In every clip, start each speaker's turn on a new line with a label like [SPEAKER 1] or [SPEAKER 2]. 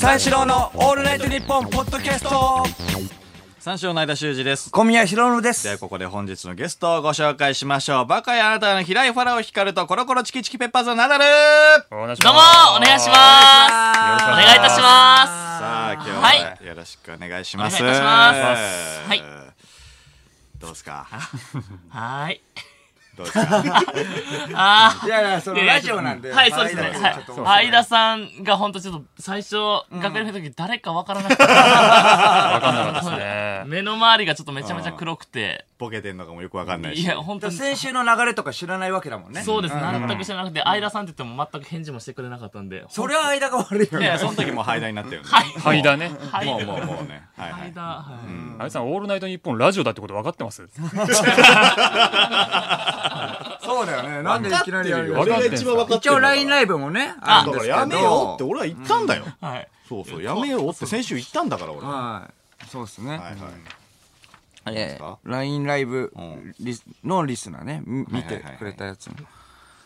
[SPEAKER 1] 三四郎のオールナイトニッポンポッドキャスト
[SPEAKER 2] 三四郎の間修二です。
[SPEAKER 1] 小宮浩信で
[SPEAKER 2] では
[SPEAKER 1] す
[SPEAKER 2] ここで本日のゲストをご紹介しましょう。バカやあなたの平井ファラオ光とコロコロチキチキペッパーズのナダル
[SPEAKER 3] どうもお願いし
[SPEAKER 4] どうもお願いします
[SPEAKER 3] す
[SPEAKER 4] お願いいたします
[SPEAKER 2] さあ今日
[SPEAKER 4] は
[SPEAKER 2] はよろしくお願いします。
[SPEAKER 4] お願いいたしますはい
[SPEAKER 2] どうですか
[SPEAKER 4] はーい
[SPEAKER 2] どうですか
[SPEAKER 4] あー
[SPEAKER 1] いやいやそのラジオなんで
[SPEAKER 4] はい、そうですね。
[SPEAKER 1] 間田さん
[SPEAKER 4] はい
[SPEAKER 1] ちょっと。
[SPEAKER 4] 相田さんが本当ちょっと最初、学園の時誰かわからなくて、
[SPEAKER 3] わかんなかった ですね。
[SPEAKER 4] 目の周りがちょっとめちゃめちゃ黒くて、
[SPEAKER 2] ボケてんのかもよくわかんないし。
[SPEAKER 4] いや、本当に、
[SPEAKER 1] 先週の流れとか知らないわけだもんね
[SPEAKER 4] そうですね、全く知らなくて、相田さんって言っても全く返事もしてくれなかったんで、
[SPEAKER 1] それは間が悪いよ
[SPEAKER 4] いや
[SPEAKER 1] ね
[SPEAKER 4] いや
[SPEAKER 2] その時もう廃材になったよね。
[SPEAKER 4] はい
[SPEAKER 2] もう
[SPEAKER 3] はいだね。
[SPEAKER 4] はい
[SPEAKER 2] もうもうもうね。はいは
[SPEAKER 4] 相
[SPEAKER 2] い
[SPEAKER 4] 田、。はい
[SPEAKER 3] あいつさん、オールナイトニッポンラジオだってこと分かってます
[SPEAKER 1] そうだよねなんでいきなりやる
[SPEAKER 3] わ
[SPEAKER 1] の
[SPEAKER 3] かっ
[SPEAKER 2] 俺
[SPEAKER 3] てるよ
[SPEAKER 2] が一番分かって
[SPEAKER 1] 一
[SPEAKER 2] る
[SPEAKER 1] 応
[SPEAKER 2] んだから
[SPEAKER 1] LINE ライブもねあ
[SPEAKER 4] あ
[SPEAKER 1] るんで
[SPEAKER 2] だか
[SPEAKER 1] す
[SPEAKER 2] ら
[SPEAKER 1] けど
[SPEAKER 2] やめようって俺は言ったんだよ。
[SPEAKER 4] はい。
[SPEAKER 2] そうそう、やめようって先週言ったんだから俺。は
[SPEAKER 1] はいそうですね
[SPEAKER 2] いはい。
[SPEAKER 1] え
[SPEAKER 2] か
[SPEAKER 1] ー LINE ライブ
[SPEAKER 2] うん
[SPEAKER 1] リスのリスナーねみ見
[SPEAKER 2] はい
[SPEAKER 1] て
[SPEAKER 2] はいはい
[SPEAKER 1] くれたやつも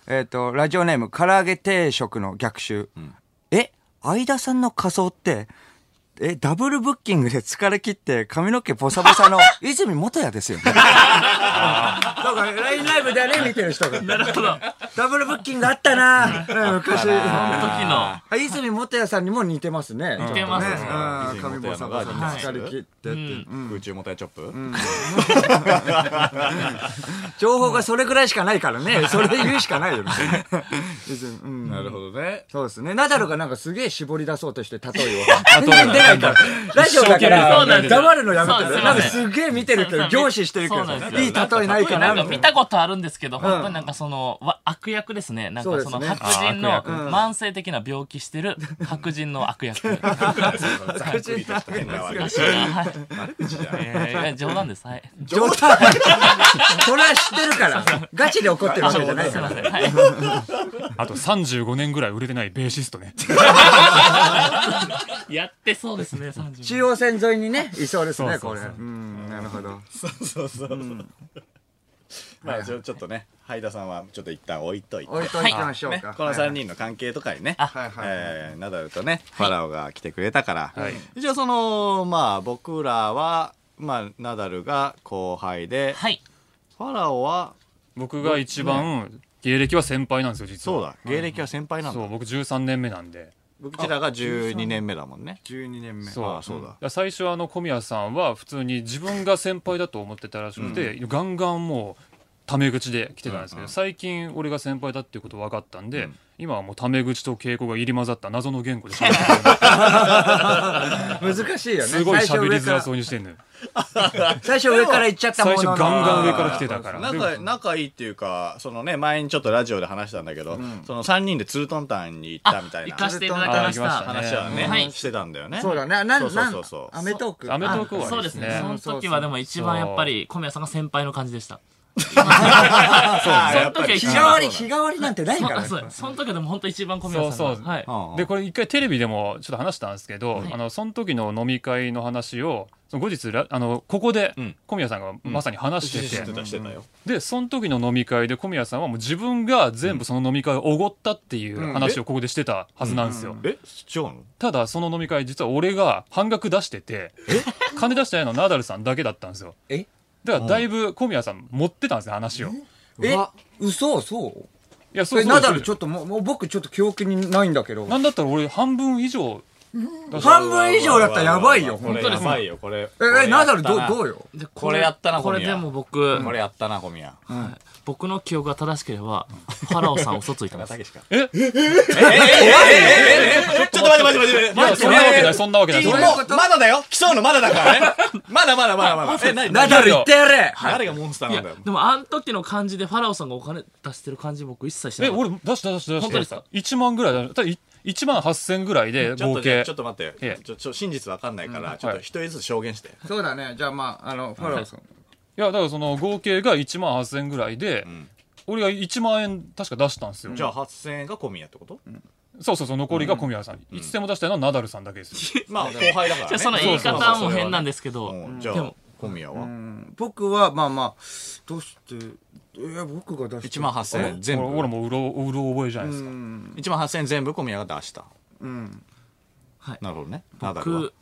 [SPEAKER 1] えっとラジオネーム唐揚げ定食の逆襲え相田さんの仮装ってえダブルブッキングで疲れ切って髪の毛ボサボサ の泉元也ですよねだから LINE ライブだね見てる人が
[SPEAKER 4] なるほど。
[SPEAKER 1] ダブルブッキングあったなうん昔
[SPEAKER 4] 時の、
[SPEAKER 1] あ泉元也さんにも似てますね
[SPEAKER 4] 似てますね
[SPEAKER 1] ちょっとうん髪ボサボサで疲れ切ってっていう
[SPEAKER 2] 空中もたいチョップ
[SPEAKER 1] 情報がそれぐらいしかないからね。それ言うしかないよね。別に うん
[SPEAKER 2] なるほどね。
[SPEAKER 1] そうですね。ナダルがなんかすげえ絞り出そうとして例 えを。全然出ないから。ラジオだか
[SPEAKER 4] そうなん
[SPEAKER 1] ら、
[SPEAKER 4] ですよ
[SPEAKER 1] 黙るのやめて
[SPEAKER 4] そう
[SPEAKER 1] る。
[SPEAKER 4] すい
[SPEAKER 1] なん
[SPEAKER 4] ま
[SPEAKER 1] か
[SPEAKER 4] せ
[SPEAKER 1] すげえ見てるけど、凝視してるけど、
[SPEAKER 4] そうなんですよ
[SPEAKER 1] いい例えないかな、
[SPEAKER 4] んか
[SPEAKER 1] みたい
[SPEAKER 4] 見
[SPEAKER 1] な。
[SPEAKER 4] たことあるんですけど、本当になんかその、わ悪役ですね。なんかそ
[SPEAKER 1] そう
[SPEAKER 4] の
[SPEAKER 1] ですね
[SPEAKER 4] 白人
[SPEAKER 3] あ
[SPEAKER 4] の
[SPEAKER 3] 悪
[SPEAKER 1] う
[SPEAKER 3] 役
[SPEAKER 1] ん
[SPEAKER 4] 慢性的な病気してる白人の悪 役。
[SPEAKER 2] 変な悪口
[SPEAKER 4] はい
[SPEAKER 2] 悪口じゃない
[SPEAKER 4] いやいや冗談です。はい。
[SPEAKER 1] 冗談それは知ってるから。ガチで怒ってるわけじゃない
[SPEAKER 4] す
[SPEAKER 1] か
[SPEAKER 4] い
[SPEAKER 1] ら
[SPEAKER 4] ま。せん。はい。
[SPEAKER 3] あと35年ぐらい売れてないベーシス トね。
[SPEAKER 4] やってそうですね、30
[SPEAKER 1] 中央線沿いにね、いそうですね、こ
[SPEAKER 3] そう
[SPEAKER 1] れ。
[SPEAKER 3] そうそ
[SPEAKER 1] う
[SPEAKER 3] う
[SPEAKER 1] ん、なるほど。
[SPEAKER 2] そうそうそう。まあちょちょっとね、ハイダさんはちょっと一旦置いといて。
[SPEAKER 1] 置いといてましょう
[SPEAKER 2] ね
[SPEAKER 1] か。
[SPEAKER 2] この3人の関係とかにね、
[SPEAKER 1] はいはい
[SPEAKER 2] えーナダルとね、ファラオが来てくれたから、
[SPEAKER 3] はい
[SPEAKER 2] 一応その、まあ僕らは、まあナダルが後輩で、
[SPEAKER 4] はい。
[SPEAKER 2] ファラオは、
[SPEAKER 3] 僕が一番、芸歴は先輩なんですよ、実
[SPEAKER 2] そう
[SPEAKER 3] は。
[SPEAKER 2] だ、芸歴は先輩なんだ。
[SPEAKER 3] そう、僕13年目なんで。
[SPEAKER 2] うちらが12年目だもんね。
[SPEAKER 1] 12年目。
[SPEAKER 3] そう
[SPEAKER 2] あそうだ。
[SPEAKER 3] 最初はあの小宮さんは普通に自分が先輩だと思ってたらしくて、ガンガンもうタメ口で来てたんですけど、最近俺が先輩だっていうこと分かったんで、今はもうタメ口と敬語が入り混ざった謎の言語で喋 ってる
[SPEAKER 1] 難しいよね。
[SPEAKER 3] すごい
[SPEAKER 1] 最初
[SPEAKER 3] 喋り
[SPEAKER 1] 上か
[SPEAKER 3] づら
[SPEAKER 1] ら
[SPEAKER 3] そうにしてんのよ
[SPEAKER 1] 最初上から行っちゃったも
[SPEAKER 3] 最
[SPEAKER 1] の
[SPEAKER 3] 初ガ
[SPEAKER 1] の
[SPEAKER 3] ンガン上から来てたから
[SPEAKER 2] 仲仲いいっていうかそのね前にちょっとラジオで話したんだけど、その3人でツートンタンに行ったみたい
[SPEAKER 4] 行
[SPEAKER 2] な
[SPEAKER 4] かせていただきまし
[SPEAKER 3] あ行きました
[SPEAKER 4] た。
[SPEAKER 3] ね
[SPEAKER 2] 話はね、
[SPEAKER 4] はい
[SPEAKER 2] してたんだよね
[SPEAKER 1] そうだね。なん、
[SPEAKER 2] そう
[SPEAKER 1] な
[SPEAKER 2] そ
[SPEAKER 1] ん
[SPEAKER 2] うそう、
[SPEAKER 1] アメトーク。
[SPEAKER 3] アメトーク
[SPEAKER 4] あそう
[SPEAKER 3] はで
[SPEAKER 4] ですす
[SPEAKER 3] ね
[SPEAKER 4] ね。その時はでも一番やっぱり小宮さんが先輩の感じでした。
[SPEAKER 2] あ
[SPEAKER 4] そ
[SPEAKER 2] や
[SPEAKER 4] の
[SPEAKER 2] っぱ
[SPEAKER 4] 時は
[SPEAKER 2] り
[SPEAKER 4] 一
[SPEAKER 1] 日替わ
[SPEAKER 4] 番
[SPEAKER 1] り、日替わりなんてない
[SPEAKER 4] そ
[SPEAKER 1] から
[SPEAKER 4] あ。そうその時はでも本当一番小宮さんが。
[SPEAKER 3] そうそう
[SPEAKER 4] はい。
[SPEAKER 2] うんうん
[SPEAKER 3] でこれ一回テレビでもちょっと話したんですけど、
[SPEAKER 4] い
[SPEAKER 3] あのその時の飲み会の話をその後日ラあのここで
[SPEAKER 2] ん
[SPEAKER 3] 小宮さんがまさに話して
[SPEAKER 2] して
[SPEAKER 3] て、
[SPEAKER 2] たしてたよ、
[SPEAKER 3] でその時の飲み会で小宮さんはもう自分が全部その飲み会をおごったっていう話をここでしてたはずなんですよ、
[SPEAKER 2] え違うの
[SPEAKER 3] ただその飲み会実は俺が半額出してて金出してないのナダルさんだけだったんですよ
[SPEAKER 1] え
[SPEAKER 3] だからだいぶ小宮さん持ってたんですよ話をい
[SPEAKER 1] え、嘘そう
[SPEAKER 3] や
[SPEAKER 1] それ、ナダルち
[SPEAKER 3] ょ
[SPEAKER 1] ょっともう、もう僕ちょっと記憶にないんだけど。
[SPEAKER 3] なんだったら俺半分以上出して
[SPEAKER 1] 半分以上だったらやばいよ、
[SPEAKER 2] こ
[SPEAKER 1] 本
[SPEAKER 2] れ
[SPEAKER 1] 当に。
[SPEAKER 2] やばいよこれ
[SPEAKER 1] え、え、ナダルどう、どう
[SPEAKER 2] よ
[SPEAKER 1] よ。
[SPEAKER 4] で
[SPEAKER 2] これやったな
[SPEAKER 4] これ
[SPEAKER 2] 小宮
[SPEAKER 4] でも僕、
[SPEAKER 2] これやったな小宮
[SPEAKER 4] 僕の記憶が正しければ、ファラオさん嘘ついてます
[SPEAKER 2] た。けしか
[SPEAKER 3] え
[SPEAKER 2] ちょっと待って待って
[SPEAKER 3] いや
[SPEAKER 2] 待って
[SPEAKER 3] そんなわけないそんなわけない
[SPEAKER 2] も
[SPEAKER 3] それ
[SPEAKER 2] うまだだよ競うのまだだからねまだまだまだまだえ何
[SPEAKER 1] ナダル言ってやれ
[SPEAKER 2] 誰がモンスター
[SPEAKER 4] い
[SPEAKER 2] な
[SPEAKER 4] や
[SPEAKER 2] んだよ、
[SPEAKER 4] でもあの時の感じでファラオさんがお金出してる感じ僕一切してな
[SPEAKER 3] え
[SPEAKER 4] い。
[SPEAKER 3] 俺出した出した出した
[SPEAKER 4] 本当ですか
[SPEAKER 3] 1万ぐらいだただ1万8000ぐらいで
[SPEAKER 2] ちょっ
[SPEAKER 3] 合
[SPEAKER 2] とじゃあ
[SPEAKER 3] 計
[SPEAKER 2] ちょっと待っ
[SPEAKER 3] え
[SPEAKER 2] て
[SPEAKER 3] え
[SPEAKER 2] ちょちょ真実わかんないから、ちょっと一人ずつ証言して、
[SPEAKER 1] そうだね。じゃあまあ、あの、ファラオさん。
[SPEAKER 3] いやだからその合計が1万8000ぐらいで、
[SPEAKER 2] ん
[SPEAKER 3] 俺が1万円確か出したんですよ、
[SPEAKER 2] じゃあ8000円が小宮ってこと、
[SPEAKER 3] そうそうそう残りが小宮さん、いつでも出したのはナダルさんだけですよ、
[SPEAKER 2] まあ後輩だから、ね、
[SPEAKER 4] じゃあその言い方はもう変なんですけど、
[SPEAKER 2] うんじ
[SPEAKER 4] で
[SPEAKER 2] ゃあ
[SPEAKER 4] も、
[SPEAKER 2] 小宮は、
[SPEAKER 1] 僕は、まあまあ、どうして、え、僕が出して。
[SPEAKER 2] 1万8000円全部
[SPEAKER 3] 俺俺もうろううろ覚えじゃないですか、
[SPEAKER 2] 1万8000円全部小宮が出した
[SPEAKER 1] うん。
[SPEAKER 4] はい。
[SPEAKER 2] なるほどね。ナダルは
[SPEAKER 4] 僕、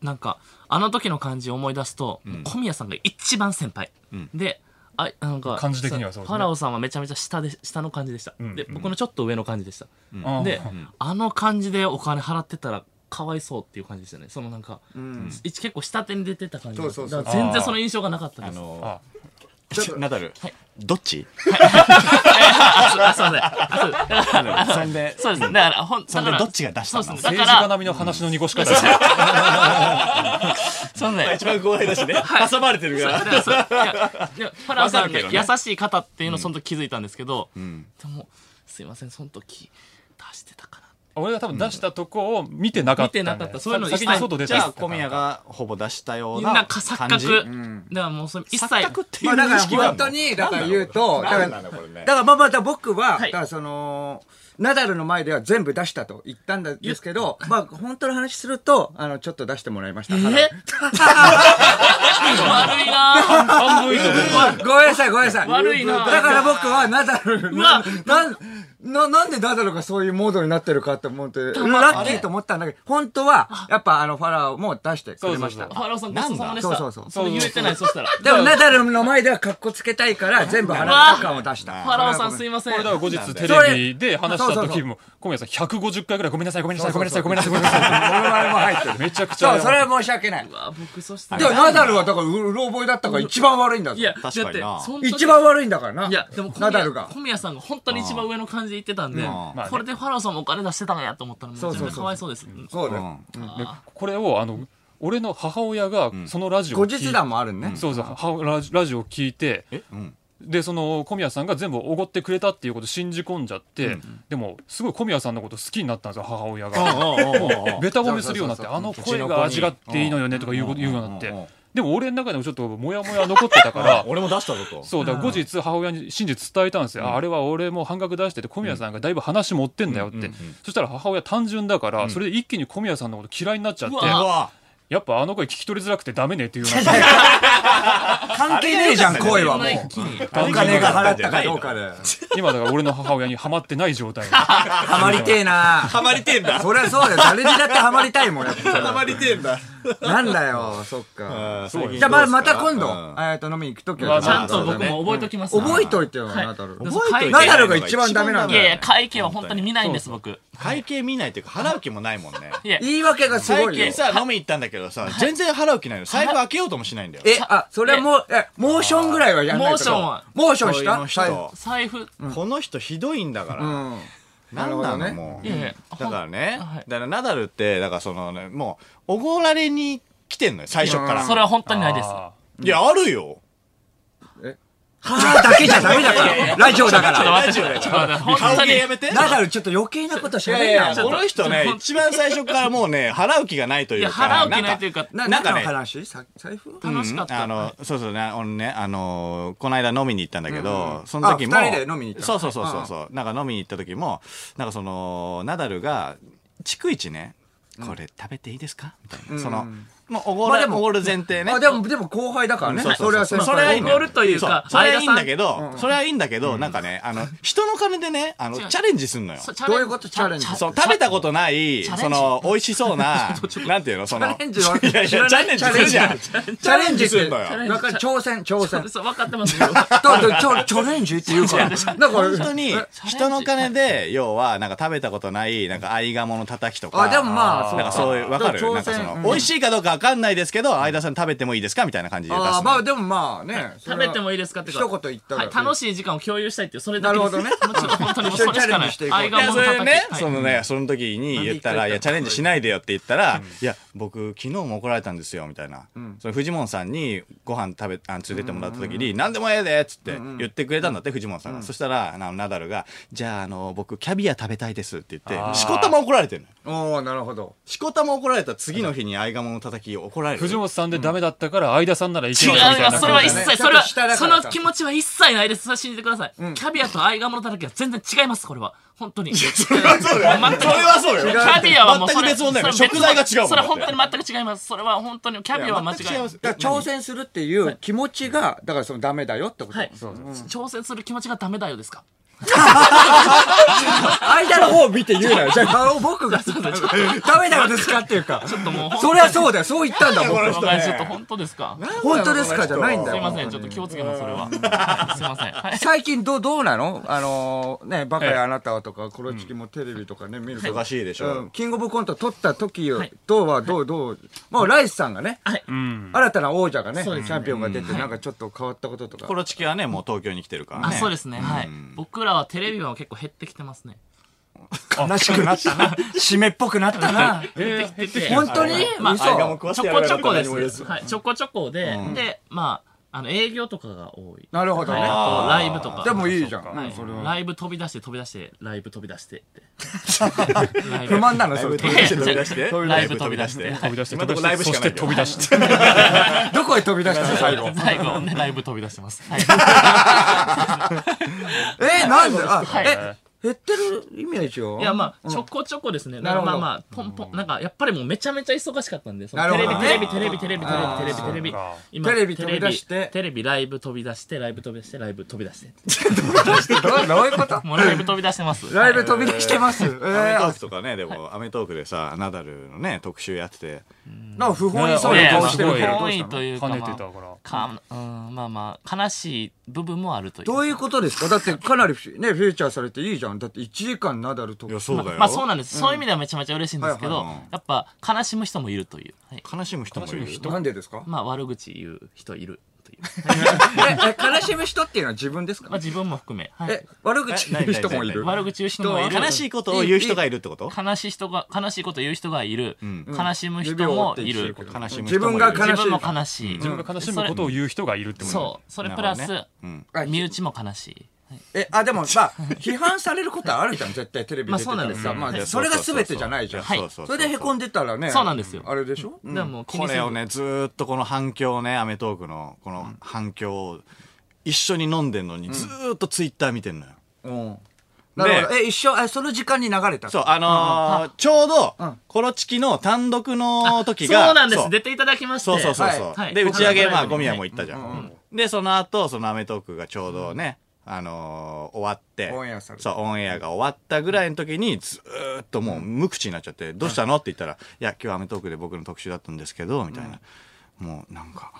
[SPEAKER 4] なんか、あの時の感じを思い出すと、小宮さんが一番先輩。
[SPEAKER 2] ん
[SPEAKER 4] で、あ、なんか、
[SPEAKER 3] 感じ的にはそうですね
[SPEAKER 4] ファラオさんはめちゃめちゃ下で、下の感じでした。
[SPEAKER 3] ん
[SPEAKER 4] で、僕のちょっと上の感じでした。
[SPEAKER 3] あー
[SPEAKER 4] で、あの感じでお金払ってたら、かわいそうっていう感じでしたね。そのなんか、
[SPEAKER 1] うん。
[SPEAKER 4] 一結構下手に出てた感じだった
[SPEAKER 1] そうそうそう
[SPEAKER 4] だから全然その印象がなかった
[SPEAKER 2] あ
[SPEAKER 4] です。
[SPEAKER 2] の
[SPEAKER 3] あ
[SPEAKER 2] ー、ナダル、どっち
[SPEAKER 4] あ、すいません。あそうだからあの
[SPEAKER 2] そんで、
[SPEAKER 4] そうですね。だから、ほん、
[SPEAKER 2] そ
[SPEAKER 4] だ
[SPEAKER 2] ん
[SPEAKER 4] か
[SPEAKER 2] で
[SPEAKER 4] ら、
[SPEAKER 2] どっちが出した
[SPEAKER 4] そう
[SPEAKER 2] の
[SPEAKER 4] ですね。だか
[SPEAKER 3] 政治家
[SPEAKER 4] ら、
[SPEAKER 3] 並みの話の濁し方ですね
[SPEAKER 4] そうですね。
[SPEAKER 2] 一番怖いだしね。挟まれてるから。
[SPEAKER 4] だからそういやファラオさん
[SPEAKER 2] わ
[SPEAKER 4] ね
[SPEAKER 2] かるけどね
[SPEAKER 4] 優しい方っていうのをその時気づいたんですけど、でもすいませんその時出してたかな
[SPEAKER 3] 俺が多分出したとこを見てなかったんだよ、
[SPEAKER 4] 見てなかったそういうの
[SPEAKER 3] 先
[SPEAKER 4] 一
[SPEAKER 3] に
[SPEAKER 4] 切
[SPEAKER 3] 外出
[SPEAKER 2] じ
[SPEAKER 3] たやつ
[SPEAKER 2] ゃあ、小宮がほぼ出したよう
[SPEAKER 4] みん
[SPEAKER 2] な
[SPEAKER 4] な
[SPEAKER 2] 感じ。
[SPEAKER 4] 錯覚、
[SPEAKER 1] ん
[SPEAKER 4] だからもうそれ一切
[SPEAKER 2] 錯覚ってい
[SPEAKER 1] ま
[SPEAKER 2] う
[SPEAKER 1] あだ
[SPEAKER 2] 認
[SPEAKER 1] から
[SPEAKER 2] 識は
[SPEAKER 1] 本当に、だから言うと、だか
[SPEAKER 2] なん
[SPEAKER 1] ら、
[SPEAKER 2] な
[SPEAKER 1] だ
[SPEAKER 2] のこれね
[SPEAKER 1] からまあまた僕は、
[SPEAKER 4] は
[SPEAKER 1] だ
[SPEAKER 4] い
[SPEAKER 1] からその、ナダルの前では全部出したと言ったんですけど、まあ本当の話すると、あの、ちょっと出してもらいました。
[SPEAKER 4] え
[SPEAKER 1] 腹
[SPEAKER 4] 悪 いな
[SPEAKER 3] 半分以上で
[SPEAKER 1] ごめんなさい、ごめんなさい。
[SPEAKER 4] 悪いな
[SPEAKER 1] だから僕は、ナダル、
[SPEAKER 4] うわ
[SPEAKER 1] な、な、なんでナダルがそういうモードになってるかって思って、ラッキーと思ったんだけど、本当は、やっぱあの、ファラオも出してくれまし
[SPEAKER 3] そ
[SPEAKER 1] た
[SPEAKER 3] うそうそう
[SPEAKER 4] フ。ァラオさんごちそうさまでした
[SPEAKER 1] なんだそうそうそう
[SPEAKER 4] それ言えてないそしたら
[SPEAKER 1] でも、ナダルの前では格好つけたいから、全部腹の感を出した。
[SPEAKER 4] ファラオさんすいません
[SPEAKER 3] これだから後日テレビで話した時も今夜さん150回ぐらいごめんなさいごめんなさいごめんなさいごめんなさいごめんなさい
[SPEAKER 1] 我々も入ってる。
[SPEAKER 3] めちゃくちゃ
[SPEAKER 1] そう、それは申し訳ない。
[SPEAKER 4] うわ僕そした
[SPEAKER 1] でも、
[SPEAKER 4] ら
[SPEAKER 1] ナダルはだから、ううろ覚えだったから一番悪いんだぞ
[SPEAKER 4] いやだっ
[SPEAKER 2] 確かに
[SPEAKER 4] て
[SPEAKER 2] な
[SPEAKER 4] その時
[SPEAKER 1] 一番悪いんだからな。
[SPEAKER 4] いやでも小
[SPEAKER 1] ナダ
[SPEAKER 4] 宮
[SPEAKER 1] ルが。
[SPEAKER 4] 小宮さんが本当に一番上の感じで言ってたんで、
[SPEAKER 2] ん
[SPEAKER 3] まあね
[SPEAKER 4] これでファラオさんもお金出してたんやと思ったらめちゃめち
[SPEAKER 1] そうそう
[SPEAKER 4] ゃ
[SPEAKER 1] そう
[SPEAKER 4] かわいそうです
[SPEAKER 1] そうだ
[SPEAKER 2] う
[SPEAKER 1] よ。
[SPEAKER 2] ん
[SPEAKER 3] これをあの俺の母親がそのラジオを
[SPEAKER 1] 後
[SPEAKER 3] 聞い
[SPEAKER 1] 日談もあるね。
[SPEAKER 3] そうそうはラジラジオを聞いて
[SPEAKER 2] えうん。
[SPEAKER 3] でその小宮さんが全部おごってくれたっていうことを信じ込んじゃって、でもすごい小宮さんのこと好きになったんですよ母親が。もうベタ褒めするようになって
[SPEAKER 1] そう
[SPEAKER 3] あ
[SPEAKER 1] そ
[SPEAKER 3] の
[SPEAKER 1] うそうそう
[SPEAKER 3] 声が味がっていいのよねとか言うこと言うようになっ
[SPEAKER 2] うんうんうん
[SPEAKER 3] て
[SPEAKER 2] うん
[SPEAKER 3] でも俺の中でもちょっとモヤモヤ残ってたから
[SPEAKER 2] あ俺も出したぞと。
[SPEAKER 3] そうだから後日母親に真実伝えたんですよ、ああれは俺も半額出してて小宮さんがだいぶ話持ってんだよって、そしたら母親単純だから、それで一気に小宮さんのこと嫌いになっちゃって
[SPEAKER 4] うわ
[SPEAKER 2] わ
[SPEAKER 3] やっぱあの声聞き取りづらくてダメねっていうような
[SPEAKER 1] 関係ねえじゃん、声はもう。
[SPEAKER 4] 一気 に
[SPEAKER 1] お金が払ったかどうかで。
[SPEAKER 3] 今だから俺の母親にはまってない状態
[SPEAKER 1] ハマりてえな
[SPEAKER 2] ハマりてんだ。
[SPEAKER 1] そりゃそうだよ。誰にだってハマりたいもん、やっ
[SPEAKER 2] ハマ
[SPEAKER 1] ぱ。
[SPEAKER 2] りてんだ。
[SPEAKER 1] なんだよ、そっか。
[SPEAKER 2] そう
[SPEAKER 1] じゃあ、まあまた今度
[SPEAKER 2] う、
[SPEAKER 1] えっと、飲みに行くとき
[SPEAKER 3] まあ
[SPEAKER 1] は。
[SPEAKER 4] ちゃんと
[SPEAKER 2] そう
[SPEAKER 4] 僕
[SPEAKER 2] だね
[SPEAKER 4] も覚えときますね、
[SPEAKER 1] 覚えといてよ、
[SPEAKER 4] はい
[SPEAKER 1] ナダル。
[SPEAKER 4] 覚えといて
[SPEAKER 1] ナダルが一番ダメなん
[SPEAKER 4] い
[SPEAKER 1] だ
[SPEAKER 4] やい
[SPEAKER 1] よ。
[SPEAKER 4] や、会計は本当に見ないんです、僕。
[SPEAKER 2] 会計見ないというか、払う気もないもんね。
[SPEAKER 4] いや、
[SPEAKER 1] 言い訳がすご
[SPEAKER 2] 最
[SPEAKER 1] いよ
[SPEAKER 2] 近。さ、飲み行ったんだけどさ、全然払う気ないの。財布開けようともしないんだよ。
[SPEAKER 1] え、あ、それはもう、え、モーションぐらいはやんないと
[SPEAKER 4] モーションは
[SPEAKER 1] モーションし
[SPEAKER 2] こういう
[SPEAKER 1] た
[SPEAKER 2] の人
[SPEAKER 4] 財布、
[SPEAKER 2] この人ひどいんだか
[SPEAKER 1] う
[SPEAKER 2] ら。
[SPEAKER 1] ん。
[SPEAKER 2] なんな
[SPEAKER 1] なるほどね
[SPEAKER 2] のもう。
[SPEAKER 4] いやいや
[SPEAKER 2] だからね
[SPEAKER 4] はい、
[SPEAKER 2] だからナダルって、だからそのね、もう、おごられに来てんのよ、最初から。
[SPEAKER 4] それは本当にないです。
[SPEAKER 3] あ
[SPEAKER 2] いや、あるよ。
[SPEAKER 1] はぁだけじゃダメだから。ラジオだか
[SPEAKER 4] ちょっ
[SPEAKER 1] ら。
[SPEAKER 4] と待ってちょっと待ってちょっと待って、本
[SPEAKER 2] 顔
[SPEAKER 4] 当に
[SPEAKER 2] 芸。やめて。
[SPEAKER 1] ナダルちょっと余計なこと
[SPEAKER 2] い
[SPEAKER 1] 喋ん
[SPEAKER 2] やい
[SPEAKER 1] な
[SPEAKER 2] や
[SPEAKER 1] よ。
[SPEAKER 2] この人ね、一番最初からもうね、払う気がないとい
[SPEAKER 4] いう
[SPEAKER 2] か。
[SPEAKER 4] や、払う気ないという
[SPEAKER 2] か。
[SPEAKER 4] か、
[SPEAKER 1] な、な
[SPEAKER 2] な
[SPEAKER 1] んん
[SPEAKER 2] か
[SPEAKER 1] か
[SPEAKER 2] ね
[SPEAKER 1] の話さ財布
[SPEAKER 4] 楽しか
[SPEAKER 2] う
[SPEAKER 4] っ
[SPEAKER 2] ん
[SPEAKER 4] た。
[SPEAKER 2] あの、そうそうね、あのね、あのーこの間飲みに行ったんだけど、その時も。
[SPEAKER 1] あ二人で飲みに行った
[SPEAKER 2] そうそうそうそうそう。なんか飲みに行った時も、なんかその、ナダルが、逐一ね、これ食べていいですかみたいな。その、もうおご
[SPEAKER 1] まあ
[SPEAKER 2] る、
[SPEAKER 1] で
[SPEAKER 2] お
[SPEAKER 1] も
[SPEAKER 2] ごる前提ね。
[SPEAKER 1] あ、でも、でも後輩だからね。
[SPEAKER 2] そう
[SPEAKER 1] それは
[SPEAKER 2] そう
[SPEAKER 1] 先
[SPEAKER 2] そう
[SPEAKER 1] 輩。
[SPEAKER 2] それはいいんだよ
[SPEAKER 4] おごるというか
[SPEAKER 2] そそれはいいんだけ
[SPEAKER 4] 相
[SPEAKER 2] ど、それはいいんだけど、なんかね、あの、人の金でね、あの、
[SPEAKER 4] 違う
[SPEAKER 2] チャレンジすんのよ。
[SPEAKER 4] そうチャレンジ
[SPEAKER 1] どういうことチャレンジ
[SPEAKER 4] チ
[SPEAKER 2] そう、食べたことない、
[SPEAKER 4] チャレンジ
[SPEAKER 2] その、美味しそうな、なんていうの、そ
[SPEAKER 1] チ
[SPEAKER 2] の、
[SPEAKER 1] ャレンジはい
[SPEAKER 2] や いや、チ
[SPEAKER 1] 知ら
[SPEAKER 2] ャ
[SPEAKER 1] な
[SPEAKER 2] レン
[SPEAKER 1] い
[SPEAKER 2] ジするじゃん。チ
[SPEAKER 1] チチ
[SPEAKER 2] ャ
[SPEAKER 1] ャ
[SPEAKER 2] レ
[SPEAKER 1] レ
[SPEAKER 2] ン
[SPEAKER 1] ン
[SPEAKER 2] ジ
[SPEAKER 1] ジ
[SPEAKER 2] す
[SPEAKER 1] す
[SPEAKER 2] る
[SPEAKER 1] る
[SPEAKER 2] の
[SPEAKER 1] の
[SPEAKER 2] よ
[SPEAKER 1] よ。だから挑戦、挑戦。
[SPEAKER 4] そう、分かってますよ。
[SPEAKER 1] だってチャチャレンジって言うから。だから、
[SPEAKER 2] 本当に、人の金で、要は、なんか食べたことない、なんか合鴨のたたきとか。
[SPEAKER 1] あ、でもまあ、
[SPEAKER 2] なんかそういう、わか
[SPEAKER 1] だ
[SPEAKER 2] る
[SPEAKER 1] ら
[SPEAKER 2] な
[SPEAKER 1] 挑
[SPEAKER 2] んか
[SPEAKER 1] 戦
[SPEAKER 2] そ
[SPEAKER 1] うん
[SPEAKER 2] の、美味しいかどうかわかんないですけど、相田さん食べてもいいですかみたいな感じで出すの。
[SPEAKER 1] あーまあでもまあね。それ
[SPEAKER 4] 食
[SPEAKER 1] は
[SPEAKER 4] べてもいいですかってか
[SPEAKER 1] 一言言ったら。
[SPEAKER 4] はい楽
[SPEAKER 1] しい。
[SPEAKER 4] しい時間を共有したいっていう、それだけです。
[SPEAKER 1] なる
[SPEAKER 4] ほどね。本当にもうそ
[SPEAKER 1] 一緒
[SPEAKER 4] れし
[SPEAKER 1] にチ
[SPEAKER 4] か
[SPEAKER 1] ャレ
[SPEAKER 4] な
[SPEAKER 1] ン
[SPEAKER 4] い
[SPEAKER 1] ジしてい。こう
[SPEAKER 4] 愛
[SPEAKER 2] いやそ
[SPEAKER 4] が物
[SPEAKER 2] れ
[SPEAKER 4] 語
[SPEAKER 2] ね、
[SPEAKER 4] はい
[SPEAKER 2] そのね、その時に言ったら、いや、チャレンジしないでよって言ったら、いや、僕、昨日も怒られたんですよ、みたいな。そのフジモンさんにご飯食べ、あ連れてってもらった時に、何でもええでっつって言ってくれたんだって、フジモンさんが。そしたら、あのナダルが、じゃあ、あの、僕、キャビア食べたいですって言っ
[SPEAKER 3] あー
[SPEAKER 2] て、しこたま怒られてるのよ。
[SPEAKER 1] おおなるほど。
[SPEAKER 2] しこたま怒られた次の日に合鴨のたたき怒られる。
[SPEAKER 3] 藤本さんでダメだったから相田さんならいけ
[SPEAKER 4] 違う
[SPEAKER 3] るみたいな
[SPEAKER 4] よ、それは一切、それ
[SPEAKER 1] ちょっと下だ
[SPEAKER 4] は、
[SPEAKER 1] か
[SPEAKER 4] そ
[SPEAKER 1] ら
[SPEAKER 4] の気持ちは一切ないです。それ信じてください。キャビアと合鴨のたたきは全然違います、これは。本当に。
[SPEAKER 2] それはそうよ。それはそうよ。
[SPEAKER 4] キャビアはもう
[SPEAKER 2] 全
[SPEAKER 4] そ
[SPEAKER 2] く
[SPEAKER 4] れ
[SPEAKER 2] 別物だよね。
[SPEAKER 4] それ
[SPEAKER 2] 食材が違うもん。
[SPEAKER 4] それ本当に全く違います。それは本当にキャビアは間違い
[SPEAKER 2] い
[SPEAKER 4] な
[SPEAKER 2] や全。
[SPEAKER 4] い
[SPEAKER 2] く違
[SPEAKER 1] だから挑戦するっていう気持ちが、だからそのダメだよってこと。
[SPEAKER 4] はい。
[SPEAKER 1] そう
[SPEAKER 4] 挑戦する気持ちがダメだよですか。
[SPEAKER 1] 間の方を見て言うなよ。じゃあ、あ僕がそうだ。ダメなことですかっていうか。
[SPEAKER 4] ちょっともう、
[SPEAKER 1] そりゃそうだよ。そう言ったんだ、僕
[SPEAKER 4] ごめんちょっと本当ですか
[SPEAKER 1] 本当ですかじゃないんだ
[SPEAKER 4] すい
[SPEAKER 1] よ。
[SPEAKER 4] ません、ちょっと気をつけます、それは。すいません。はい。
[SPEAKER 1] 最近どう、どうなのあのー、ね、バカ
[SPEAKER 3] ええ
[SPEAKER 1] やあなたはとか、コロチキもテレビとかね、見ると。
[SPEAKER 2] 忙しいでしょ
[SPEAKER 1] うんキングオブコント取った時よ
[SPEAKER 4] はい
[SPEAKER 1] とはどう、どう、もうライスさんがね、
[SPEAKER 3] うん。
[SPEAKER 1] 新たな王者がね、チ
[SPEAKER 4] そうですね
[SPEAKER 1] ャンピオンが出て、なんかちょっと変わったことと
[SPEAKER 2] コ
[SPEAKER 1] か。
[SPEAKER 2] ロチキはね、もう東京に来てるから
[SPEAKER 4] あ、
[SPEAKER 2] ね。
[SPEAKER 4] そうですね、はい。僕らはテレビは結構減ってきてますね。
[SPEAKER 1] 悲しくなった な。締めっぽくなったな。
[SPEAKER 3] えー、
[SPEAKER 4] 減ってきて
[SPEAKER 1] 本当に
[SPEAKER 4] まあ
[SPEAKER 1] 嘘
[SPEAKER 2] あれがもう食わ
[SPEAKER 4] ち
[SPEAKER 2] せ
[SPEAKER 4] ょ
[SPEAKER 2] てやられ
[SPEAKER 4] こち
[SPEAKER 2] た
[SPEAKER 4] ょ
[SPEAKER 2] こと
[SPEAKER 4] こ
[SPEAKER 2] に
[SPEAKER 4] で
[SPEAKER 2] も
[SPEAKER 4] す
[SPEAKER 2] よるぞ。
[SPEAKER 4] はい、ちょこちょこで、で、まあ、あの、営業とかが多い。
[SPEAKER 1] なるほど
[SPEAKER 4] はいあと、ライブとか。
[SPEAKER 1] でもいいじゃん。
[SPEAKER 3] そうか
[SPEAKER 1] うんそれは。
[SPEAKER 4] ライブ飛び出して飛び出してライブ飛び出して って。ライブ
[SPEAKER 1] 不満なの、そ
[SPEAKER 2] 飛
[SPEAKER 1] れ
[SPEAKER 2] び。出して、飛び出して。
[SPEAKER 4] ライブ飛び出して
[SPEAKER 3] 飛び出して、
[SPEAKER 2] 今
[SPEAKER 3] 飛
[SPEAKER 2] のとこ
[SPEAKER 3] び出
[SPEAKER 2] ライ
[SPEAKER 3] し
[SPEAKER 2] ブ
[SPEAKER 3] て、
[SPEAKER 2] し
[SPEAKER 3] そ
[SPEAKER 2] かない
[SPEAKER 3] して
[SPEAKER 2] よ
[SPEAKER 3] 飛び出して。
[SPEAKER 1] どこへ飛び出したの、最後。
[SPEAKER 4] 最後ね、ライブ飛び出してます。 はい。
[SPEAKER 1] え、なんで、あ、
[SPEAKER 4] はい
[SPEAKER 1] え、減ってるイメージよ。
[SPEAKER 4] いや、まあ、ちょこちょこですね。
[SPEAKER 1] なるほど
[SPEAKER 4] まあまあ、ポンポン、なんか、やっぱりもうめちゃめちゃ忙しかったんで、その
[SPEAKER 1] なる
[SPEAKER 4] テレ
[SPEAKER 1] ほ
[SPEAKER 4] ビ、
[SPEAKER 1] ど
[SPEAKER 4] テレビ、テレビ、テレビ、テレ
[SPEAKER 1] あー
[SPEAKER 4] ビ、テレビ、テレビ
[SPEAKER 3] そうか、
[SPEAKER 4] 今
[SPEAKER 1] テレビ飛び出して
[SPEAKER 4] テレビテレビ、ライブ飛び出して、ライブ飛び出して、ライブ飛び出して。
[SPEAKER 1] どどういうこと
[SPEAKER 4] もうライブ飛び出してます。
[SPEAKER 1] ライブ飛び出してます。え
[SPEAKER 2] アメ
[SPEAKER 1] ー
[SPEAKER 2] トー
[SPEAKER 1] あ
[SPEAKER 2] クとかね、でも、アメトークでさ、ナダルのね、特集やってて、
[SPEAKER 1] なんか不本意そう
[SPEAKER 4] ね
[SPEAKER 1] な
[SPEAKER 4] え
[SPEAKER 1] 顔してるけ
[SPEAKER 4] 不
[SPEAKER 1] ど、
[SPEAKER 3] ね
[SPEAKER 1] どう
[SPEAKER 4] 本
[SPEAKER 1] し
[SPEAKER 4] 意
[SPEAKER 1] た
[SPEAKER 4] と
[SPEAKER 1] の
[SPEAKER 4] いうか、
[SPEAKER 3] 跳ね
[SPEAKER 4] ま
[SPEAKER 3] てた
[SPEAKER 4] あ
[SPEAKER 3] から。
[SPEAKER 4] かうんまあまあ、悲しい部分もあるという。
[SPEAKER 1] どういうことですかだってかなりフィね、フューチャーされていいじゃん。だって1時間ナダルと
[SPEAKER 2] いや、そうだよ。
[SPEAKER 4] まあそうなんです。そういう意味ではめちゃめちゃ嬉しいんですけ
[SPEAKER 1] は
[SPEAKER 4] ど
[SPEAKER 2] いはいはい、
[SPEAKER 4] やっぱ悲しむ人もいるという。はい
[SPEAKER 2] 悲しむ人もいる。
[SPEAKER 1] なんでですか
[SPEAKER 4] まあ悪口言う人いるという。
[SPEAKER 1] え、え悲しむ人っていうのは自分です
[SPEAKER 4] まあ
[SPEAKER 1] か
[SPEAKER 4] 自分も含め。はい
[SPEAKER 1] え、悪口言う人もいる。
[SPEAKER 4] 悪口言う人もいる。
[SPEAKER 2] 悲しいことを言う人がいるってこと
[SPEAKER 4] 悲しい人が、悲しいこと言う人がいる。悲しむ
[SPEAKER 1] 指
[SPEAKER 4] 人
[SPEAKER 1] を
[SPEAKER 4] も
[SPEAKER 1] 折って
[SPEAKER 4] い
[SPEAKER 1] 生きて
[SPEAKER 4] る。
[SPEAKER 1] こと
[SPEAKER 2] 悲しむ人も
[SPEAKER 1] 自分
[SPEAKER 2] いる
[SPEAKER 1] が悲
[SPEAKER 4] 自
[SPEAKER 1] しい
[SPEAKER 4] 分も。悲しい。
[SPEAKER 3] 自分が悲しむことを言う人がいるってこと
[SPEAKER 4] そう。それプラス、
[SPEAKER 2] なるほどね
[SPEAKER 1] うん
[SPEAKER 4] 身内も悲しい。はい
[SPEAKER 1] え、あ、でもさ、批判されることはあるじゃん、絶対テレビ出てたら
[SPEAKER 4] まあそうなんです
[SPEAKER 1] さ
[SPEAKER 4] よ
[SPEAKER 1] ま
[SPEAKER 2] い
[SPEAKER 1] あ、
[SPEAKER 2] や
[SPEAKER 1] それが全てじゃないじゃん。
[SPEAKER 4] はい
[SPEAKER 2] そうそ
[SPEAKER 1] そ
[SPEAKER 2] うそう
[SPEAKER 1] れで凹んでたらね。
[SPEAKER 4] そうなんですよ
[SPEAKER 1] あれでしょ
[SPEAKER 4] だからもう気
[SPEAKER 2] こ
[SPEAKER 4] にする
[SPEAKER 2] れをね、ずーっとこの反響をね、アメトークの、この反響を、一緒に飲んでんのに、ずーっとツイッター見てんのよ。
[SPEAKER 1] うん。なるほど。え、一緒、え、その時間に流れた
[SPEAKER 2] そう、あのー、ちょうど、コロチキの単独の時が、
[SPEAKER 4] そうなんで
[SPEAKER 2] そ
[SPEAKER 4] す。
[SPEAKER 2] う
[SPEAKER 4] 出ていただきまして。
[SPEAKER 2] そうそうそう
[SPEAKER 1] は
[SPEAKER 2] そ
[SPEAKER 4] いは
[SPEAKER 2] う。
[SPEAKER 4] い
[SPEAKER 2] で、打ち上げ、
[SPEAKER 4] はい
[SPEAKER 2] まあ、ゴミ屋も行ったじゃん。で、その後、そのアメトークがちょうどね、あのー、終わって、
[SPEAKER 1] オンエアされて
[SPEAKER 2] そう、オンエアが終わったぐらいの時に、ずーっともう無口になっちゃって、どうしたのって言ったら、いや、今日アメトークで僕の特集だったんですけど、みたいな。もう、なんか、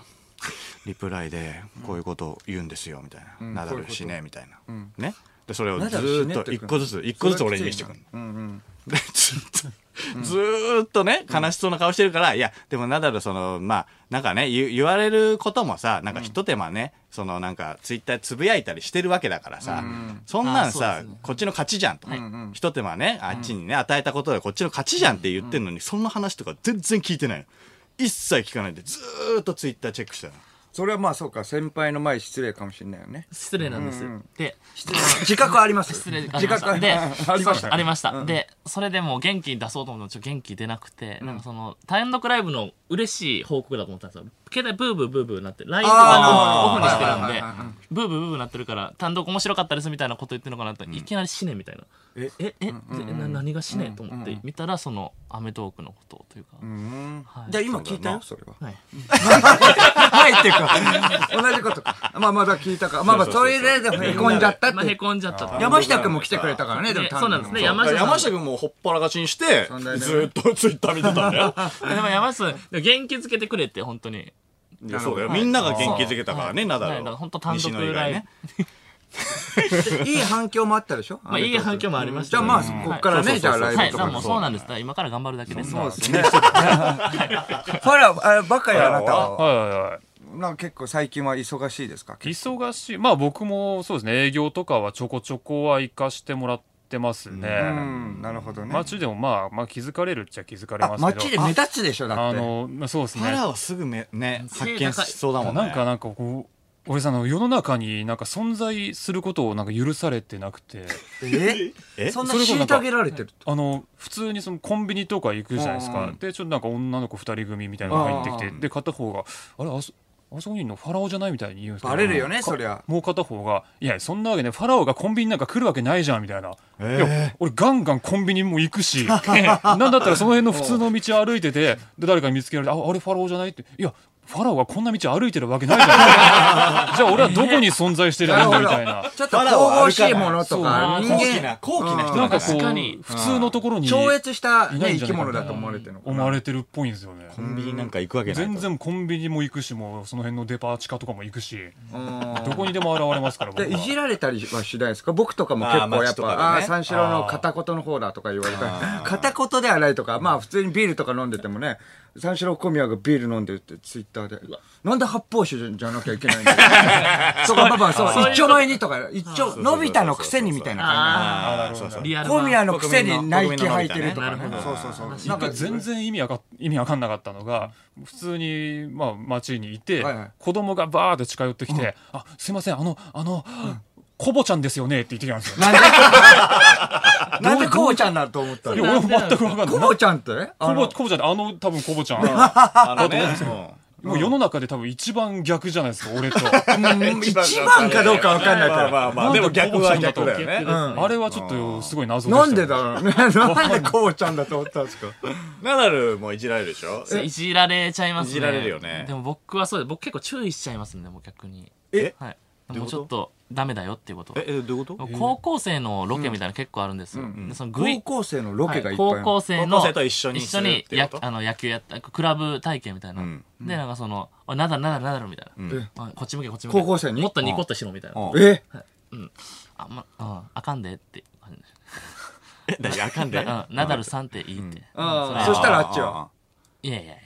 [SPEAKER 2] リプライで、こういうことを言うんですよ、みたいな。ナダル死ね、みたいな。ね。で、それをずーっと、一個ずつ、一個ずつ俺に見せてくる。
[SPEAKER 1] うんうん。
[SPEAKER 2] で ずっと、ずーっとね、悲しそうな顔してるから、いや、でもナダル、その、まあ、なんかね、言言われることもさ、なんかひと手間ね、その、なんか、ツイッターつぶやいたりしてるわけだからさ、そんなんさ、
[SPEAKER 4] あそうですね
[SPEAKER 2] こっちの勝ちじゃんと。ひと手間ね、あっちにね、与えたことでこっちの勝ちじゃんって言ってんのに、そんな話とか全然聞いてないの。一切聞かないで、ずーっとツイッターチェックしてたの。
[SPEAKER 1] それはまあそうか、先輩の前に失礼かもしれないよ ね。
[SPEAKER 4] 失礼なんです。で、
[SPEAKER 1] 自覚あります。
[SPEAKER 4] 失礼
[SPEAKER 1] 自覚あり
[SPEAKER 4] で、
[SPEAKER 1] ます。ありまし
[SPEAKER 4] そ
[SPEAKER 1] た
[SPEAKER 4] う。ありました。で、それでもう元気に出そうと思っても、ちょっと元気出なくて、なんかその、単独ライブの嬉しい報告だと思ったんですよ。携帯ブーブーブーブーなって、ライブ
[SPEAKER 1] あ
[SPEAKER 4] は
[SPEAKER 1] ー
[SPEAKER 4] オフにしてる
[SPEAKER 1] なるほどはいはい
[SPEAKER 4] んで、ブーブーブーブーなってるから、単独面白かったですみたいなこと言ってるのかなと、いきなり死ねみたいな。え、え、え、な何が死ねと思って見たら、その、アメトークのことというか。
[SPEAKER 1] うん
[SPEAKER 4] はい
[SPEAKER 1] じゃあ今聞いたよ、それは。
[SPEAKER 4] はい。
[SPEAKER 1] はいっていうか、同じことか。まあまだ聞いたか。まあまあ、それでへこんじゃったっ
[SPEAKER 4] まあ、へ
[SPEAKER 1] て。
[SPEAKER 4] こんじゃったって。
[SPEAKER 1] 山下くんも来てくれたからね、でも
[SPEAKER 4] ねそうなんですね、山
[SPEAKER 2] だか
[SPEAKER 4] 下
[SPEAKER 2] ら
[SPEAKER 4] さ
[SPEAKER 2] 山下
[SPEAKER 4] んも
[SPEAKER 2] 君もほっぱらかしにして、ず
[SPEAKER 1] んなにね
[SPEAKER 2] ーっとツイッター見てたんだよ。
[SPEAKER 4] でも山下さん、でも元気づけてくれって、本当に。
[SPEAKER 2] いやそうだよ。みんなが元気づけたからね、
[SPEAKER 4] そう
[SPEAKER 2] ナダ
[SPEAKER 4] は
[SPEAKER 2] ル
[SPEAKER 4] いだから
[SPEAKER 2] は。
[SPEAKER 4] 本当単独
[SPEAKER 2] 西野以外ね。
[SPEAKER 1] いい反響もあったでしょま
[SPEAKER 4] まあ、いい反響もありまし
[SPEAKER 1] じ
[SPEAKER 4] た
[SPEAKER 1] ゃあ
[SPEAKER 4] ね、
[SPEAKER 1] まあ、
[SPEAKER 4] はい
[SPEAKER 1] こっからね、じゃあラ
[SPEAKER 4] は
[SPEAKER 1] イ
[SPEAKER 4] い、
[SPEAKER 1] ブと
[SPEAKER 4] だからも
[SPEAKER 1] か。
[SPEAKER 4] うそうなんです。だから今から頑張るだけです。
[SPEAKER 1] そうですね。ファラ、あバカやあなたは。
[SPEAKER 3] はいはいはい。
[SPEAKER 1] なんか結構最近は忙しいですか
[SPEAKER 3] 忙しい。まあ僕もそうですね、営業とかはちょこちょこは行かしてもらってます
[SPEAKER 1] う
[SPEAKER 3] ね。
[SPEAKER 1] ん、なるほどね。
[SPEAKER 3] 街でもまあ、まあ気づかれるっちゃ気づかれ
[SPEAKER 1] あ、
[SPEAKER 3] ますけど。
[SPEAKER 1] 街で目立つでしょ、だ
[SPEAKER 3] あ
[SPEAKER 1] って。
[SPEAKER 3] の、まあ、そうですね。
[SPEAKER 2] パラはすぐめね、発見しそうだもんね。
[SPEAKER 3] なんかなんかこう、俺さ、あの世の中になんか存在することをなんか許されてなくて、
[SPEAKER 1] え
[SPEAKER 2] え
[SPEAKER 1] そんな
[SPEAKER 3] それこそなんか
[SPEAKER 1] 虐げられてる
[SPEAKER 3] あの、普通にそのコンビニとか行くじゃないですか。で、ちょっとなんか女の子二人組みたいなのが入って
[SPEAKER 1] う
[SPEAKER 3] きて、で、片方が、あれ、あそ、あそこにいるのファラオじゃないみたいに言うんですけど
[SPEAKER 1] バレるよね、そりゃ。
[SPEAKER 3] もう片方が、いや、そんなわけね、ファラオがコンビニなんか来るわけないじゃん、みたいな。
[SPEAKER 2] えー
[SPEAKER 3] いや、俺ガンガンコンビニも行くし、なんだったらその辺の普通の道歩いてて、で、誰かに見つけられて、あ、あれファラオじゃないって、いや、ファラオがこんな道歩いてるわけないじゃんじゃあ俺はどこに存在してるんだみたいな
[SPEAKER 1] ちょっと神々しいものとか、
[SPEAKER 4] そ
[SPEAKER 1] 人
[SPEAKER 4] う
[SPEAKER 2] 高貴
[SPEAKER 1] 間、
[SPEAKER 2] な、高貴な人
[SPEAKER 3] な
[SPEAKER 2] だ
[SPEAKER 3] んか
[SPEAKER 2] か
[SPEAKER 3] こ
[SPEAKER 2] ら。
[SPEAKER 4] 確かに
[SPEAKER 3] う普通のところに
[SPEAKER 1] 超越した、
[SPEAKER 3] いな
[SPEAKER 1] ね、
[SPEAKER 3] いん
[SPEAKER 1] 生
[SPEAKER 3] じゃ
[SPEAKER 1] き
[SPEAKER 3] ないかな
[SPEAKER 1] 物だと思われてるのか
[SPEAKER 3] 思
[SPEAKER 1] な。
[SPEAKER 3] われてるっぽいんですよね
[SPEAKER 2] コンビニなんか行くわけないと。
[SPEAKER 3] 全然コンビニも行くしもうその辺のデパ地下とかも行くし
[SPEAKER 1] うん
[SPEAKER 3] どこにでも現れますから僕
[SPEAKER 1] でいじ
[SPEAKER 3] は
[SPEAKER 1] られたりはしないですか僕とかも結
[SPEAKER 2] あー
[SPEAKER 1] 構やっ
[SPEAKER 2] 街とかでね
[SPEAKER 1] ぱ、ああー、三四郎の片言の方だとか言われたり片言ではないとか、まあ普通にビールとか飲んでてもね、三四郎小宮がビール飲んでるってツイッターで、なんで発泡酒じゃなきゃいけないんだよ。そうか、パパ、そう、一丁前にとか、一丁、のび太のくせにみたいな感
[SPEAKER 2] ああ、そうそう。
[SPEAKER 4] リア
[SPEAKER 1] じ。
[SPEAKER 4] ル
[SPEAKER 1] 小宮
[SPEAKER 4] な
[SPEAKER 1] のくせにナイキ履いてるとか
[SPEAKER 4] 国民
[SPEAKER 1] ね。
[SPEAKER 4] のね
[SPEAKER 1] そうそうそう。
[SPEAKER 4] 話
[SPEAKER 1] なんか
[SPEAKER 3] 全然意味わか意味わかんなかったのが普通に、まあ、街にいて、
[SPEAKER 1] はいはい
[SPEAKER 3] 子供がバーって近寄ってきて「あすいませんあのあの、コボちゃんですよね」って言ってきたんですよ。
[SPEAKER 1] なんで、なんでコボちゃんだと思った
[SPEAKER 3] い
[SPEAKER 1] の
[SPEAKER 3] や俺も全くわかんない。
[SPEAKER 1] コボちゃんって
[SPEAKER 3] コ
[SPEAKER 1] あ
[SPEAKER 3] ボ
[SPEAKER 1] の
[SPEAKER 3] コボちゃんってあの多分コボちゃん。
[SPEAKER 2] あのね、そう
[SPEAKER 3] もう世の中で多分一番逆じゃないですか、俺と。
[SPEAKER 1] うん一番かどうかわかんない
[SPEAKER 2] ま
[SPEAKER 1] か
[SPEAKER 2] あま
[SPEAKER 1] ら。
[SPEAKER 2] あまあ、でも逆は逆だよね。
[SPEAKER 4] 逆ですね
[SPEAKER 3] あれはちょっとすごい謎でした
[SPEAKER 1] なんでだ ろうね。なんでコボちゃんだと思ったんですか
[SPEAKER 2] ナダルもいじられるでしょ
[SPEAKER 4] いじられちゃいますね
[SPEAKER 2] いじられるよね
[SPEAKER 4] でも僕はそうです僕結構注意しちゃいますねもう逆に
[SPEAKER 2] え
[SPEAKER 4] はい
[SPEAKER 2] どういう
[SPEAKER 4] も
[SPEAKER 2] こ
[SPEAKER 4] うち
[SPEAKER 2] と
[SPEAKER 4] ょっとダメだよっていうこと
[SPEAKER 2] え、えどういうこと
[SPEAKER 4] 高校生のロケみたいなの結構あるんですよ、でそのグイ
[SPEAKER 1] 高校生のロケがいっぱいあ
[SPEAKER 4] 高
[SPEAKER 1] る。
[SPEAKER 4] 校生
[SPEAKER 2] 高
[SPEAKER 4] の
[SPEAKER 2] 校生と一緒に
[SPEAKER 4] 一
[SPEAKER 2] す
[SPEAKER 4] 緒
[SPEAKER 2] る
[SPEAKER 4] に
[SPEAKER 2] っていう
[SPEAKER 4] や
[SPEAKER 2] こと
[SPEAKER 4] あの野球やったクラブ体験みたいな、
[SPEAKER 2] ん
[SPEAKER 4] でなんかその「おいナダルナダルナダル」みたいな、
[SPEAKER 2] ん
[SPEAKER 4] おいこっち向けこっち向け
[SPEAKER 1] 高校生に
[SPEAKER 4] もっとニコッとしろみたいな、
[SPEAKER 1] え
[SPEAKER 4] あんまうんあかんでって感じ
[SPEAKER 2] え、だあかんで。
[SPEAKER 4] うんナダルさんっていいって、
[SPEAKER 1] あーそしたらあっちは。
[SPEAKER 4] いやいやい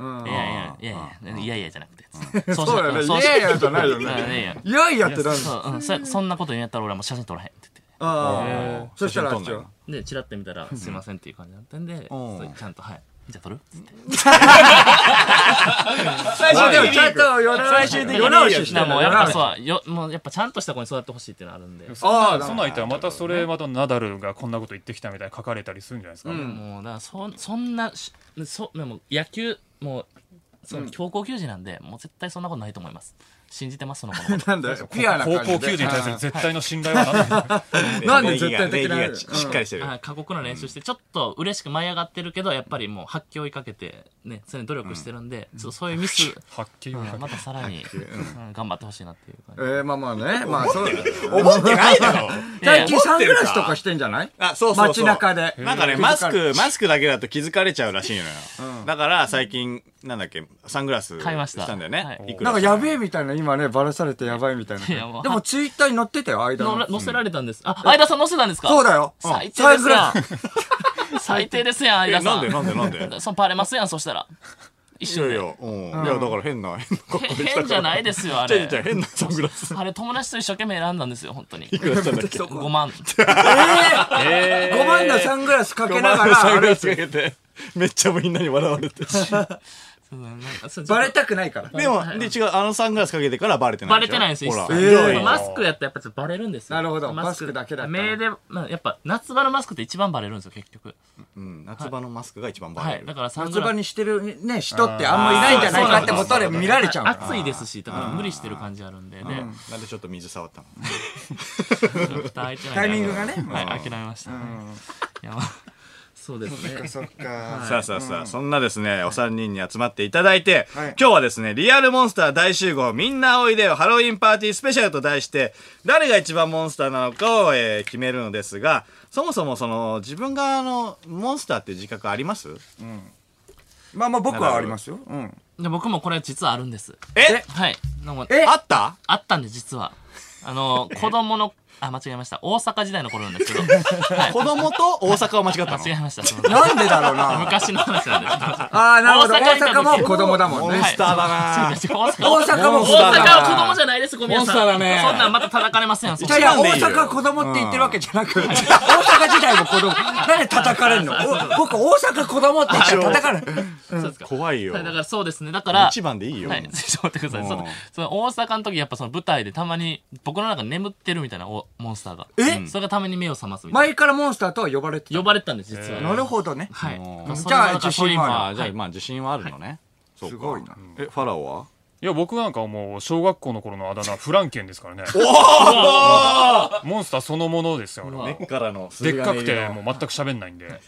[SPEAKER 1] うん
[SPEAKER 4] やいやいやいやいやいやいやいやじゃなくてつ
[SPEAKER 1] そうだよね。いやいやじゃないよ
[SPEAKER 4] いやい
[SPEAKER 1] ね。
[SPEAKER 4] や
[SPEAKER 1] いやいやってなんだ
[SPEAKER 4] そううんそそんなこと言うんやったら俺はもう写真撮らへんって言って
[SPEAKER 1] ああ。そしたらあっちは。
[SPEAKER 4] でチラッて見たら「すいません」っていう感じだったんでそうちゃんと「はいじゃあ撮る?」っつって
[SPEAKER 1] 最終的にちゃんと世直し
[SPEAKER 4] で
[SPEAKER 1] 世直しした
[SPEAKER 4] もうやっぱそうよもうやっぱちゃんとした子に育ってほしいっていうのあるんで
[SPEAKER 3] そん
[SPEAKER 1] あー
[SPEAKER 3] なそんなん言ったらまたそれまたナダルがこんなこと言ってきたみたいに書かれたりするんじゃないですか、
[SPEAKER 4] もうだからそそんなしそでも野球もうその高校球児なんで、もう絶対そんなことないと思います信じてますその子のこと
[SPEAKER 1] なんだよ。ピュアな
[SPEAKER 3] 高
[SPEAKER 1] 感じで。
[SPEAKER 3] 校球児に対する絶対の信頼は何なんだ
[SPEAKER 1] なんで絶対的な
[SPEAKER 2] 礼儀がししっかりしてる。
[SPEAKER 4] はい過酷な練習してちょっと嬉しく舞い上がってるけどやっぱりもう発揮を追いかけてね常に努力してるんで、ちょっとそういうミス、
[SPEAKER 3] はっきり
[SPEAKER 4] う
[SPEAKER 3] 言うん
[SPEAKER 4] ま
[SPEAKER 3] な
[SPEAKER 4] たさらに、うん頑張ってほしいなっていう感じ
[SPEAKER 1] ええ、まあまあね。まあそうだよね。
[SPEAKER 2] 思ってないだろ
[SPEAKER 1] 最近サングラスとかしてんじゃない
[SPEAKER 2] あ、そうそうそ
[SPEAKER 1] 街
[SPEAKER 2] う。
[SPEAKER 1] 中で。
[SPEAKER 2] なんかね、マスク、マスクだけだと気づかれちゃうらしいのよ。だから最近、なんだっけ、サングラス
[SPEAKER 4] 買いました
[SPEAKER 2] んだよね
[SPEAKER 4] は。い
[SPEAKER 2] いく
[SPEAKER 1] な
[SPEAKER 2] ら
[SPEAKER 1] んかやべえみたいな、今ね、バラされてやばいみたい
[SPEAKER 4] いやも
[SPEAKER 1] な。
[SPEAKER 4] う
[SPEAKER 1] でもツイッターに載ってたよ、間
[SPEAKER 4] の
[SPEAKER 1] の
[SPEAKER 4] ら。載せられたんですあ相田さん載せたんですか
[SPEAKER 1] そうだよ。
[SPEAKER 4] 最低
[SPEAKER 1] サ
[SPEAKER 4] で
[SPEAKER 1] ン
[SPEAKER 4] す
[SPEAKER 1] グラ
[SPEAKER 4] や
[SPEAKER 1] ス
[SPEAKER 4] ん 最低ですや ん
[SPEAKER 2] え
[SPEAKER 4] 相田さ
[SPEAKER 2] なんんでなんで なんで
[SPEAKER 4] そのパレますやんそしたら一
[SPEAKER 2] いや
[SPEAKER 4] 緒
[SPEAKER 2] い
[SPEAKER 4] で
[SPEAKER 2] や、うん。いや、だから変な、変な格好でしたから
[SPEAKER 4] 変じゃないですよあ
[SPEAKER 2] ちょい
[SPEAKER 4] れ
[SPEAKER 2] ちょい変なサングラス。
[SPEAKER 4] あれ友達と一生懸命選んだんですよ本当に
[SPEAKER 2] いくらした んだっけ
[SPEAKER 4] 5万
[SPEAKER 1] ええ !5 万のサングラスかけながら
[SPEAKER 2] サング
[SPEAKER 1] 歩
[SPEAKER 2] ラ
[SPEAKER 1] い
[SPEAKER 2] スか
[SPEAKER 1] て、
[SPEAKER 2] けて、めっちゃみんなに笑われて。
[SPEAKER 1] バレたくないから。
[SPEAKER 2] でも、で、違う、あのサングラスかけてからバレてない
[SPEAKER 4] バ
[SPEAKER 2] で
[SPEAKER 4] レ
[SPEAKER 2] しょ。
[SPEAKER 4] てないんですよ
[SPEAKER 2] ほら
[SPEAKER 4] 一切
[SPEAKER 1] えー
[SPEAKER 4] でもマスクやったらやっぱちょっとバレるんですよ
[SPEAKER 1] なるほどマスクだけだったら
[SPEAKER 4] 目で、まあ、やっぱ夏場のマスクって一番バレるんですよ結局
[SPEAKER 2] うん、夏場のマスクが一番バ
[SPEAKER 4] は
[SPEAKER 2] レ
[SPEAKER 4] い
[SPEAKER 2] る
[SPEAKER 4] だ。からサング
[SPEAKER 1] 夏
[SPEAKER 4] ラ
[SPEAKER 1] 場
[SPEAKER 4] ス
[SPEAKER 1] にしてるね、人ってあんまいないんじゃないかってことで見られちゃうから。
[SPEAKER 4] 暑いですしだから無理してる感じあるんでで
[SPEAKER 2] なんでちょっと水触ったの
[SPEAKER 4] 蓋開いてない
[SPEAKER 1] タイミングがね
[SPEAKER 4] はい諦めましたねいやまあそうですね
[SPEAKER 1] そっか。
[SPEAKER 2] さあさあさあ、そんなですね、お三人に集まっていただいて、
[SPEAKER 1] はい
[SPEAKER 2] 今日はですね、リアルモンスター大集合みんなおいでよハロウィンパーティースペシャルと題して、誰が一番モンスターなのかを、えー決めるのですが、そもそもその、自分があの、モンスターって自覚あります
[SPEAKER 1] まあまあ僕はありますよ。うん。
[SPEAKER 4] で僕もこれ実はあるんです
[SPEAKER 2] え
[SPEAKER 4] はいなんか
[SPEAKER 1] え
[SPEAKER 2] あった
[SPEAKER 4] あったんで実はあの 子供のあ間違えました大阪時代の頃なんですけどはい
[SPEAKER 2] 子供と大阪 を間違ったの
[SPEAKER 4] 間違えましたすいません
[SPEAKER 1] なんでだろうな。
[SPEAKER 4] 昔の話なんですけ
[SPEAKER 1] ああ、なるほど。
[SPEAKER 4] 大阪にいた時
[SPEAKER 1] 大阪も子供だもんね
[SPEAKER 2] モン。スターだな
[SPEAKER 4] ど大阪
[SPEAKER 1] 大阪も
[SPEAKER 4] 大
[SPEAKER 1] 子供だ
[SPEAKER 4] 阪は子
[SPEAKER 1] な
[SPEAKER 4] 供じゃないですごめんなさい
[SPEAKER 2] モンスターだね
[SPEAKER 4] そんなんまた叩かれませんそん
[SPEAKER 1] い
[SPEAKER 4] な
[SPEAKER 1] やいや、
[SPEAKER 2] 一番でい
[SPEAKER 1] 大
[SPEAKER 2] いよ
[SPEAKER 1] 阪は子供って言ってるわけじゃなく、大阪時代も子供。なんで叩かれんのお僕、大阪子供って言って叩かれる。
[SPEAKER 4] そうですか
[SPEAKER 2] 怖いよ
[SPEAKER 4] はい。だからそうですねだから
[SPEAKER 2] 一番でいいよ。
[SPEAKER 4] はい、 ちょっと待ってください。
[SPEAKER 2] うん
[SPEAKER 4] そのその大阪の時やっぱその舞台でたまに僕の中に眠ってるみたいなおモンスターが。
[SPEAKER 1] え
[SPEAKER 4] それがために目を覚ますみたい
[SPEAKER 1] 前からモンスターとは呼ばれて
[SPEAKER 4] な。呼ばれてたんです、実は。
[SPEAKER 1] た。なるほどね。
[SPEAKER 4] はい。
[SPEAKER 2] うん
[SPEAKER 4] それがなんか
[SPEAKER 1] じゃあ自信も
[SPEAKER 2] あ
[SPEAKER 1] あ
[SPEAKER 2] ーじゃあ、まあ自信はあるのね。そう
[SPEAKER 1] す
[SPEAKER 2] か
[SPEAKER 1] ごいな。
[SPEAKER 2] え、ファラオはい
[SPEAKER 3] や僕なんかもう小学校の頃のあだ名フランケンですから ねモンスターそのものですよ俺は
[SPEAKER 2] 根っからの。
[SPEAKER 3] でっかくてもう全く喋んないんで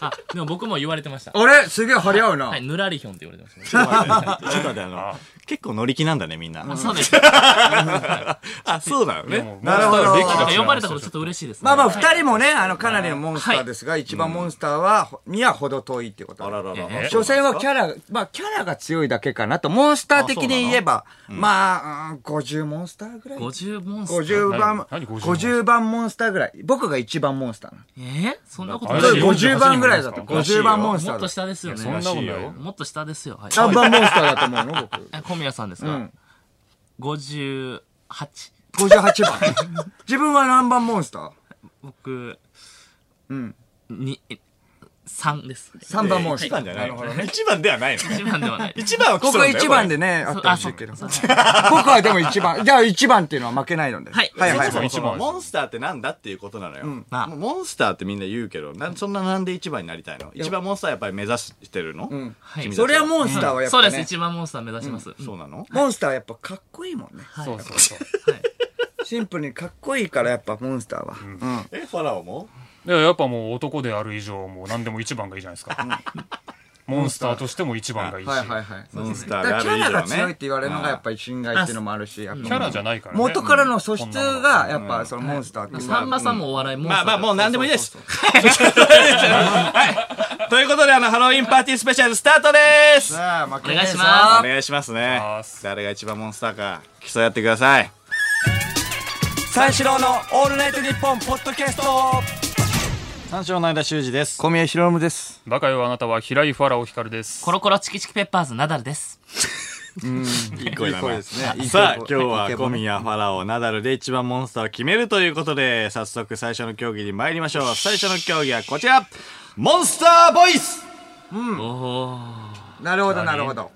[SPEAKER 4] あでも僕も言われてました
[SPEAKER 1] あれすげえ張り合うな。
[SPEAKER 4] はいぬらりひょんって言われてまし
[SPEAKER 2] ちょっと待ってちょっと待ってあの結構乗り気なんだねみんな、
[SPEAKER 4] たそうで すな
[SPEAKER 2] あそうだよ
[SPEAKER 3] いやも
[SPEAKER 2] ね
[SPEAKER 3] う
[SPEAKER 1] なるほど
[SPEAKER 3] 歴
[SPEAKER 4] ん
[SPEAKER 3] が
[SPEAKER 4] か
[SPEAKER 3] 違う
[SPEAKER 4] 呼ばれたことちょっと嬉しいですね
[SPEAKER 1] まあまあ、二
[SPEAKER 4] はい
[SPEAKER 1] 人もね、あの、かなりのモンスターですが、一番モンスターは、には程遠いってこと
[SPEAKER 2] あららら
[SPEAKER 3] え
[SPEAKER 1] 所詮はキ
[SPEAKER 2] ャ
[SPEAKER 1] ャラ、まあ、キャラが強いだけかなと。モンスター的に言えば、まあ、うん50モンスターぐらい。
[SPEAKER 4] 50モンスター
[SPEAKER 1] 50番、
[SPEAKER 3] 何50
[SPEAKER 1] 50番モンスターぐらい。僕が一番モンスターなの。
[SPEAKER 4] えーそんなことな
[SPEAKER 3] あれ
[SPEAKER 4] い
[SPEAKER 3] だよ
[SPEAKER 4] も
[SPEAKER 1] 50番ぐらいだと。
[SPEAKER 3] らしい
[SPEAKER 1] 50
[SPEAKER 3] よ
[SPEAKER 1] 番モンスタ
[SPEAKER 4] っ
[SPEAKER 1] ーだ
[SPEAKER 4] と。下ですよね
[SPEAKER 3] そんなことないよ
[SPEAKER 4] もっと下ですよはい
[SPEAKER 1] 3番モンスターだと思うの僕。
[SPEAKER 4] え小宮さんです
[SPEAKER 1] う
[SPEAKER 4] か
[SPEAKER 1] ん。
[SPEAKER 4] 58
[SPEAKER 1] 58番。自分は何番モンスター
[SPEAKER 4] 僕
[SPEAKER 1] うん。
[SPEAKER 4] にえ3です
[SPEAKER 1] 3番モンス
[SPEAKER 2] 一
[SPEAKER 1] ター。
[SPEAKER 2] 番じゃない
[SPEAKER 1] る
[SPEAKER 2] の
[SPEAKER 1] ほどね。
[SPEAKER 2] 一番ではないの
[SPEAKER 4] 一番ではない
[SPEAKER 2] 一番は基
[SPEAKER 1] ここ
[SPEAKER 2] 礎
[SPEAKER 1] は
[SPEAKER 2] なんだ
[SPEAKER 1] 1番で
[SPEAKER 2] よね
[SPEAKER 1] ね、あってほしいけど。
[SPEAKER 4] あそ
[SPEAKER 1] 僕
[SPEAKER 4] う
[SPEAKER 1] はでも1番。じゃあ1番っていうのは負けないので。
[SPEAKER 4] はい
[SPEAKER 1] はいは
[SPEAKER 2] そ
[SPEAKER 1] い
[SPEAKER 2] もそ
[SPEAKER 1] は
[SPEAKER 2] も
[SPEAKER 1] い。
[SPEAKER 2] そのモンスターってなんだっていうことなのよ、
[SPEAKER 4] まあ
[SPEAKER 2] もうモンスターってみんな言うけどなんそんななんで一番になりたいの一番モンスターやっぱり目指してるの、
[SPEAKER 1] ん
[SPEAKER 4] はい
[SPEAKER 2] 君たち
[SPEAKER 1] それはモンスターはやっ
[SPEAKER 4] そう
[SPEAKER 1] ぱ
[SPEAKER 4] です
[SPEAKER 1] ね。
[SPEAKER 4] 一番モンスター目指します
[SPEAKER 2] そうなの
[SPEAKER 1] モンスターはやっぱかっこいいもんね。
[SPEAKER 3] そうそうそう。
[SPEAKER 1] シンプルにかっこいいからやっぱモンスターは。うん。
[SPEAKER 2] えファラオも
[SPEAKER 3] いややっぱもう男である以上もう何でも一番がいいじゃないですか。モンスターとしても一番がいいし。
[SPEAKER 1] はいはいはい。
[SPEAKER 2] モンスタ
[SPEAKER 1] だ
[SPEAKER 2] ー
[SPEAKER 1] か
[SPEAKER 2] が
[SPEAKER 1] ら
[SPEAKER 2] あ
[SPEAKER 1] キ
[SPEAKER 2] る
[SPEAKER 1] ャ
[SPEAKER 2] 以上ね
[SPEAKER 1] ラが強いって言われるのがやっぱり侵害っていうのもあるし、やっぱ
[SPEAKER 3] キャラじゃないからね。
[SPEAKER 1] 元からの素質がやっぱそのモンスターって
[SPEAKER 4] さんまさんもお笑いモンスタ
[SPEAKER 2] ま
[SPEAKER 4] ー
[SPEAKER 2] あまあもう何でもいいです。はい。ということで、あの、ハロウィンパーティースペシャルスタートですお
[SPEAKER 1] さあ、負けないぞ
[SPEAKER 4] お願いしま
[SPEAKER 2] 願いしますね
[SPEAKER 3] 願いしま。す
[SPEAKER 2] 誰が一番モンスターか、競い合ってください。
[SPEAKER 1] 三四郎のオールナイトニッポンポッドキャスト
[SPEAKER 2] 三章の間修二です。
[SPEAKER 1] 小宮浩信です。
[SPEAKER 3] バカよあなたは平井ファラオヒカルです。
[SPEAKER 4] コロコロチキチキペッパーズナダルです
[SPEAKER 2] いい声だ
[SPEAKER 1] いい声
[SPEAKER 2] な。
[SPEAKER 1] ですねいい声
[SPEAKER 2] さあ、
[SPEAKER 1] いい
[SPEAKER 2] 今日
[SPEAKER 1] 声
[SPEAKER 2] は小宮、ファラオ、ナダルで一番モンスターを決めるということで、早速最初の競技に参りましょう。最初の競技はこちらモンスターボイス
[SPEAKER 1] なるほど、なるほど。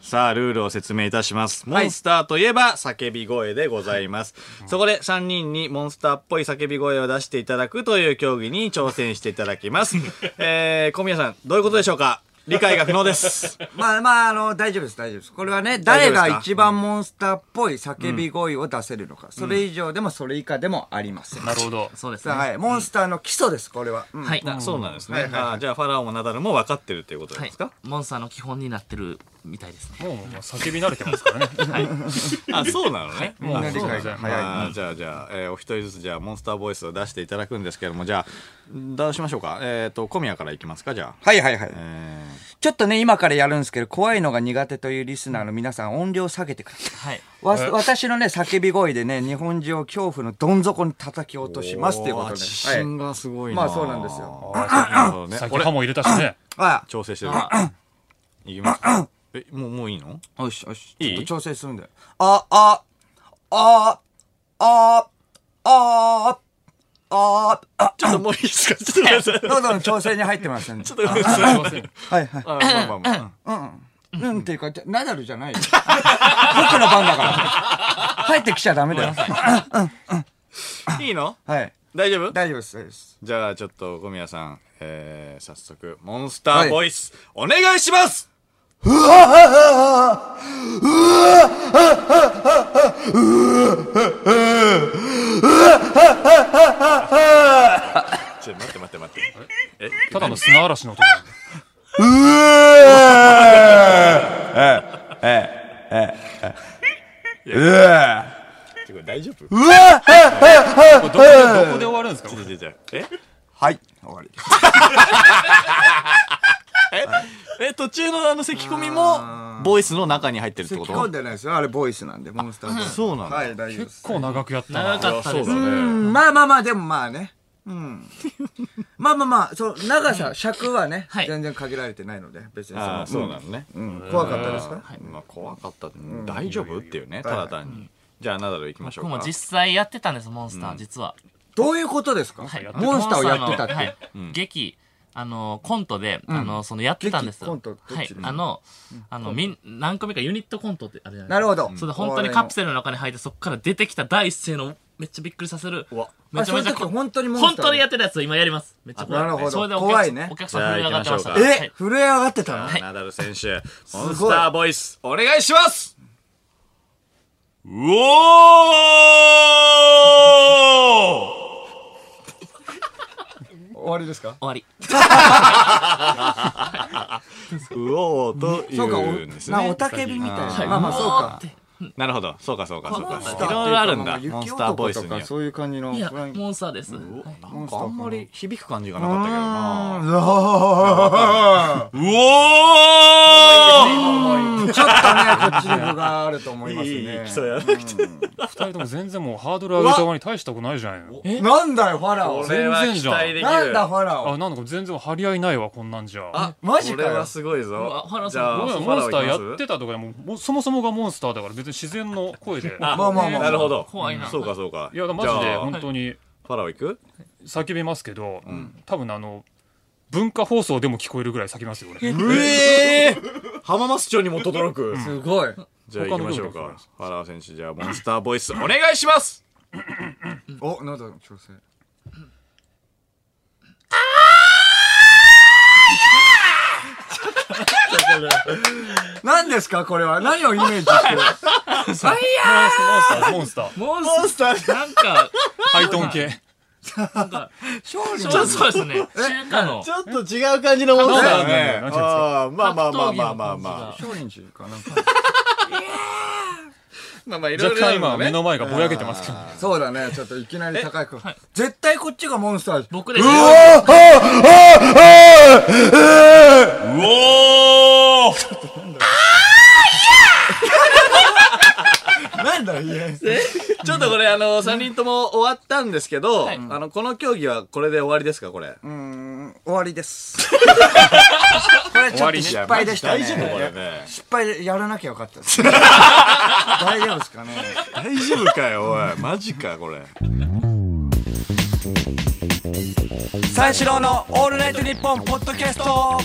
[SPEAKER 2] さあ、ルールを説明いたします。モンスターといえば叫び声でございます。そこで3人にモンスターっぽい叫び声を出していただくという競技に挑戦していただ きます。えー、小宮さん、どういうことでしょうか理解が不能です。
[SPEAKER 1] まあまあ、あの、大丈夫です、大丈夫です。これはね、誰
[SPEAKER 2] 大丈夫です
[SPEAKER 1] が
[SPEAKER 2] か
[SPEAKER 1] 一番モンスターっぽい叫び声を出せるのか。それ以上でもそれ以下でもありません。
[SPEAKER 3] なるほど。
[SPEAKER 4] そうです
[SPEAKER 1] さあ、
[SPEAKER 4] ね
[SPEAKER 1] はい。モンスターの基礎です、これは。うん
[SPEAKER 4] はい
[SPEAKER 2] そうなんです
[SPEAKER 1] はい
[SPEAKER 2] ね。
[SPEAKER 1] はいはい
[SPEAKER 2] あーじゃあ、ファラオもナダルも分かってるということ
[SPEAKER 4] は
[SPEAKER 2] で
[SPEAKER 4] い
[SPEAKER 2] すか、
[SPEAKER 4] モンスターの基本になってるみたいですね
[SPEAKER 3] もうもう叫び慣れてます からね。
[SPEAKER 2] あ、そうなのね。
[SPEAKER 1] みんな
[SPEAKER 2] あ
[SPEAKER 1] 理
[SPEAKER 2] そう
[SPEAKER 1] 解が早い。
[SPEAKER 2] あーじゃあじゃあ、えーお一人ずつじゃあモンスターボイスを出していただくんですけどもじゃあどうしましょうかえっ、と小宮からいきますかじゃあ、
[SPEAKER 1] はいはいはい。
[SPEAKER 2] え
[SPEAKER 1] ちょっとね、今からやるんですけど、怖いのが苦手というリスナーの皆さん、音量下げてください。
[SPEAKER 4] はい
[SPEAKER 1] わ私のね、叫び声でね、日本中を恐怖のどん底に叩き落としますということ
[SPEAKER 2] おー
[SPEAKER 1] で
[SPEAKER 2] 自
[SPEAKER 1] す。はい。
[SPEAKER 2] 信がすごい
[SPEAKER 1] まあそうなんですよ
[SPEAKER 2] あーなるほどね
[SPEAKER 3] 先
[SPEAKER 2] 俺
[SPEAKER 3] 歯も入れたしね。
[SPEAKER 1] あ
[SPEAKER 2] 調整してるいきますえもうもういいの
[SPEAKER 1] よしよし。
[SPEAKER 2] いい
[SPEAKER 1] ちょっと調整するんだよ。あ、あ、あ、あ、あ、あ、あ、
[SPEAKER 2] ちょっともういいですかちょっと待ってください
[SPEAKER 1] 喉の調整に入ってますね。
[SPEAKER 2] ちょっと待ってください
[SPEAKER 1] はいはい。
[SPEAKER 2] あーまあまあまあ
[SPEAKER 1] うんっていうか、じゃナダルじゃないよ。僕の番だから。入ってきちゃダメだよ。
[SPEAKER 2] いいの
[SPEAKER 1] はい。
[SPEAKER 2] 大丈夫
[SPEAKER 1] 大丈夫です、大丈夫です。
[SPEAKER 2] じゃあちょっと小宮さんえー、早速モンスターボイス、お願いし ますちょ待って待って待ってえ
[SPEAKER 3] ただの砂嵐 の音だよね。
[SPEAKER 2] ちょこれ大丈夫
[SPEAKER 3] これどこでどこで終わるんですかこれ
[SPEAKER 2] じゃじゃえ
[SPEAKER 1] はい。終わりです。
[SPEAKER 2] え途中のあの咳込みもボイスの中に入ってるって
[SPEAKER 1] 咳
[SPEAKER 2] こと
[SPEAKER 1] 込んでないですよ。あれ、ボイスなんで、モンスターボイス。
[SPEAKER 2] そうなんだ、
[SPEAKER 1] はい、大丈夫です
[SPEAKER 3] 結。構長くやった
[SPEAKER 4] 長
[SPEAKER 3] な。
[SPEAKER 4] かったです
[SPEAKER 2] ね
[SPEAKER 1] うんまあまあまあ、でもまあね。うん。まあまあまあ、そう、長さ、尺はね、
[SPEAKER 4] はい
[SPEAKER 1] 全然限られてないので、別にその
[SPEAKER 2] ああそうなのね、
[SPEAKER 1] うん怖かったですか
[SPEAKER 2] まあ怖かったって、大丈夫っていうねただ単に、じゃあナダル行きましょう
[SPEAKER 4] 僕
[SPEAKER 2] か
[SPEAKER 4] も実際やってたんですモンスター実は
[SPEAKER 1] どういうことですか
[SPEAKER 4] はい
[SPEAKER 1] モンスターをやってたっ
[SPEAKER 4] モンスターのは
[SPEAKER 1] て
[SPEAKER 4] い。劇あのコントで、あのそのやってたんです
[SPEAKER 1] 劇コントどっち
[SPEAKER 4] はいあのあのみん何組かユニットコントってあれじゃないですか
[SPEAKER 1] なるほど。
[SPEAKER 4] それで本当にカプセルの中に入ってそこから出てきた第一声のめっちゃびっくりさせる
[SPEAKER 2] わ
[SPEAKER 4] めちゃめちゃ
[SPEAKER 1] あその時本当にモンスター
[SPEAKER 4] 本当にやってたやつを今やりますめっちゃ怖い
[SPEAKER 1] なるほど
[SPEAKER 4] それでお客
[SPEAKER 1] 怖いね
[SPEAKER 4] お客さん震え上がってました
[SPEAKER 2] じ
[SPEAKER 4] は
[SPEAKER 1] え
[SPEAKER 4] い
[SPEAKER 1] 震え上がってたの
[SPEAKER 4] はい
[SPEAKER 2] ナダル選手
[SPEAKER 1] い
[SPEAKER 2] モンスターボイスお願いしますうおー
[SPEAKER 1] お終わりですか
[SPEAKER 4] 終わり
[SPEAKER 2] うおうとい
[SPEAKER 1] そうか、お
[SPEAKER 2] うんです
[SPEAKER 1] な
[SPEAKER 2] ね
[SPEAKER 1] おたけびみたいな。
[SPEAKER 2] はい
[SPEAKER 1] まあまあ、そうか。
[SPEAKER 2] なるほどそうかそうかそうか
[SPEAKER 4] モンス
[SPEAKER 2] い
[SPEAKER 4] ター
[SPEAKER 2] ろいろあるん
[SPEAKER 1] ま
[SPEAKER 2] だモン
[SPEAKER 1] 雪
[SPEAKER 2] スターボ
[SPEAKER 1] 男
[SPEAKER 2] イス
[SPEAKER 1] と
[SPEAKER 2] には
[SPEAKER 1] かそういう感じの。
[SPEAKER 4] いや
[SPEAKER 1] フライング
[SPEAKER 4] モンスターです
[SPEAKER 2] う
[SPEAKER 4] はい
[SPEAKER 2] おなんかあんまり響く感じがなかったけどな
[SPEAKER 1] うわ
[SPEAKER 2] うお
[SPEAKER 1] ーちょっとね、こっちに分があると思います
[SPEAKER 2] いい
[SPEAKER 1] ね
[SPEAKER 2] 基。礎やなくて
[SPEAKER 3] 二人とも全然もうハードル上げた側に大したくないじゃんよ。
[SPEAKER 1] なんだよ、ファラオ
[SPEAKER 2] こ。れは期待できる
[SPEAKER 1] なんだ、ファラ
[SPEAKER 3] あ、
[SPEAKER 1] オ。
[SPEAKER 3] なんだか全然張り合いないわ、こんなんじゃ。
[SPEAKER 2] あ
[SPEAKER 1] マジかよ
[SPEAKER 2] これはすごいぞ
[SPEAKER 4] あ原さん
[SPEAKER 2] じゃあ
[SPEAKER 3] 僕らモンスターやってたとかでも、もうそもそもがモンスターだから別に自然の声 で。
[SPEAKER 2] あ
[SPEAKER 1] まあまあまあ
[SPEAKER 2] なるほど
[SPEAKER 4] 怖いな
[SPEAKER 2] そうかそうか
[SPEAKER 3] いや、マジ
[SPEAKER 2] じ
[SPEAKER 3] で
[SPEAKER 2] ゃあ
[SPEAKER 3] 本当に
[SPEAKER 2] ファラオ行く
[SPEAKER 3] 叫びますけど、多分あの、文化放送でも聞こえるぐらい叫びますよ、俺。
[SPEAKER 2] うえー、浜松町にも轟く、
[SPEAKER 1] すごい。
[SPEAKER 2] じゃあ行きましょう
[SPEAKER 3] 他の部分もそう
[SPEAKER 2] か
[SPEAKER 3] です
[SPEAKER 2] ファラオ選手じゃあモンスターボイスお願いします
[SPEAKER 1] お、喉の調整。何ですかこれは何をイメージしてる
[SPEAKER 3] モンスター、モン
[SPEAKER 4] モ
[SPEAKER 3] スター。
[SPEAKER 4] ンスターなんか
[SPEAKER 3] ハイトーン系。
[SPEAKER 1] 勝利
[SPEAKER 4] ちょっとそうですね中華の
[SPEAKER 2] ちょっと違う感じのモン
[SPEAKER 3] スター
[SPEAKER 2] ね
[SPEAKER 3] だね
[SPEAKER 2] あーまあまあまあまあまあ
[SPEAKER 4] 格闘技の
[SPEAKER 1] 少林寺か
[SPEAKER 2] まあ
[SPEAKER 4] 感じ
[SPEAKER 1] なんか
[SPEAKER 2] まあまあい
[SPEAKER 3] 若干今
[SPEAKER 2] あるのね
[SPEAKER 3] 目の前がぼやけてますけど。
[SPEAKER 1] そうだねちょっといきなり高い声絶対こっちがモンスターです
[SPEAKER 4] 僕です
[SPEAKER 2] うおー
[SPEAKER 1] なんだよ
[SPEAKER 2] ちょっとこれあの3人とも終わったんですけど、
[SPEAKER 4] はい
[SPEAKER 2] あのこの競技はこれで終わりですかこれ
[SPEAKER 1] うーん終わりです これちょっと失敗でしたね
[SPEAKER 2] 大丈夫これね
[SPEAKER 1] 失敗でやらなきゃよかったです 大丈夫ですかね
[SPEAKER 2] 大丈夫かよおいマジかこれ
[SPEAKER 1] 三四郎の「オールナイトニッポン」ポッドキャスト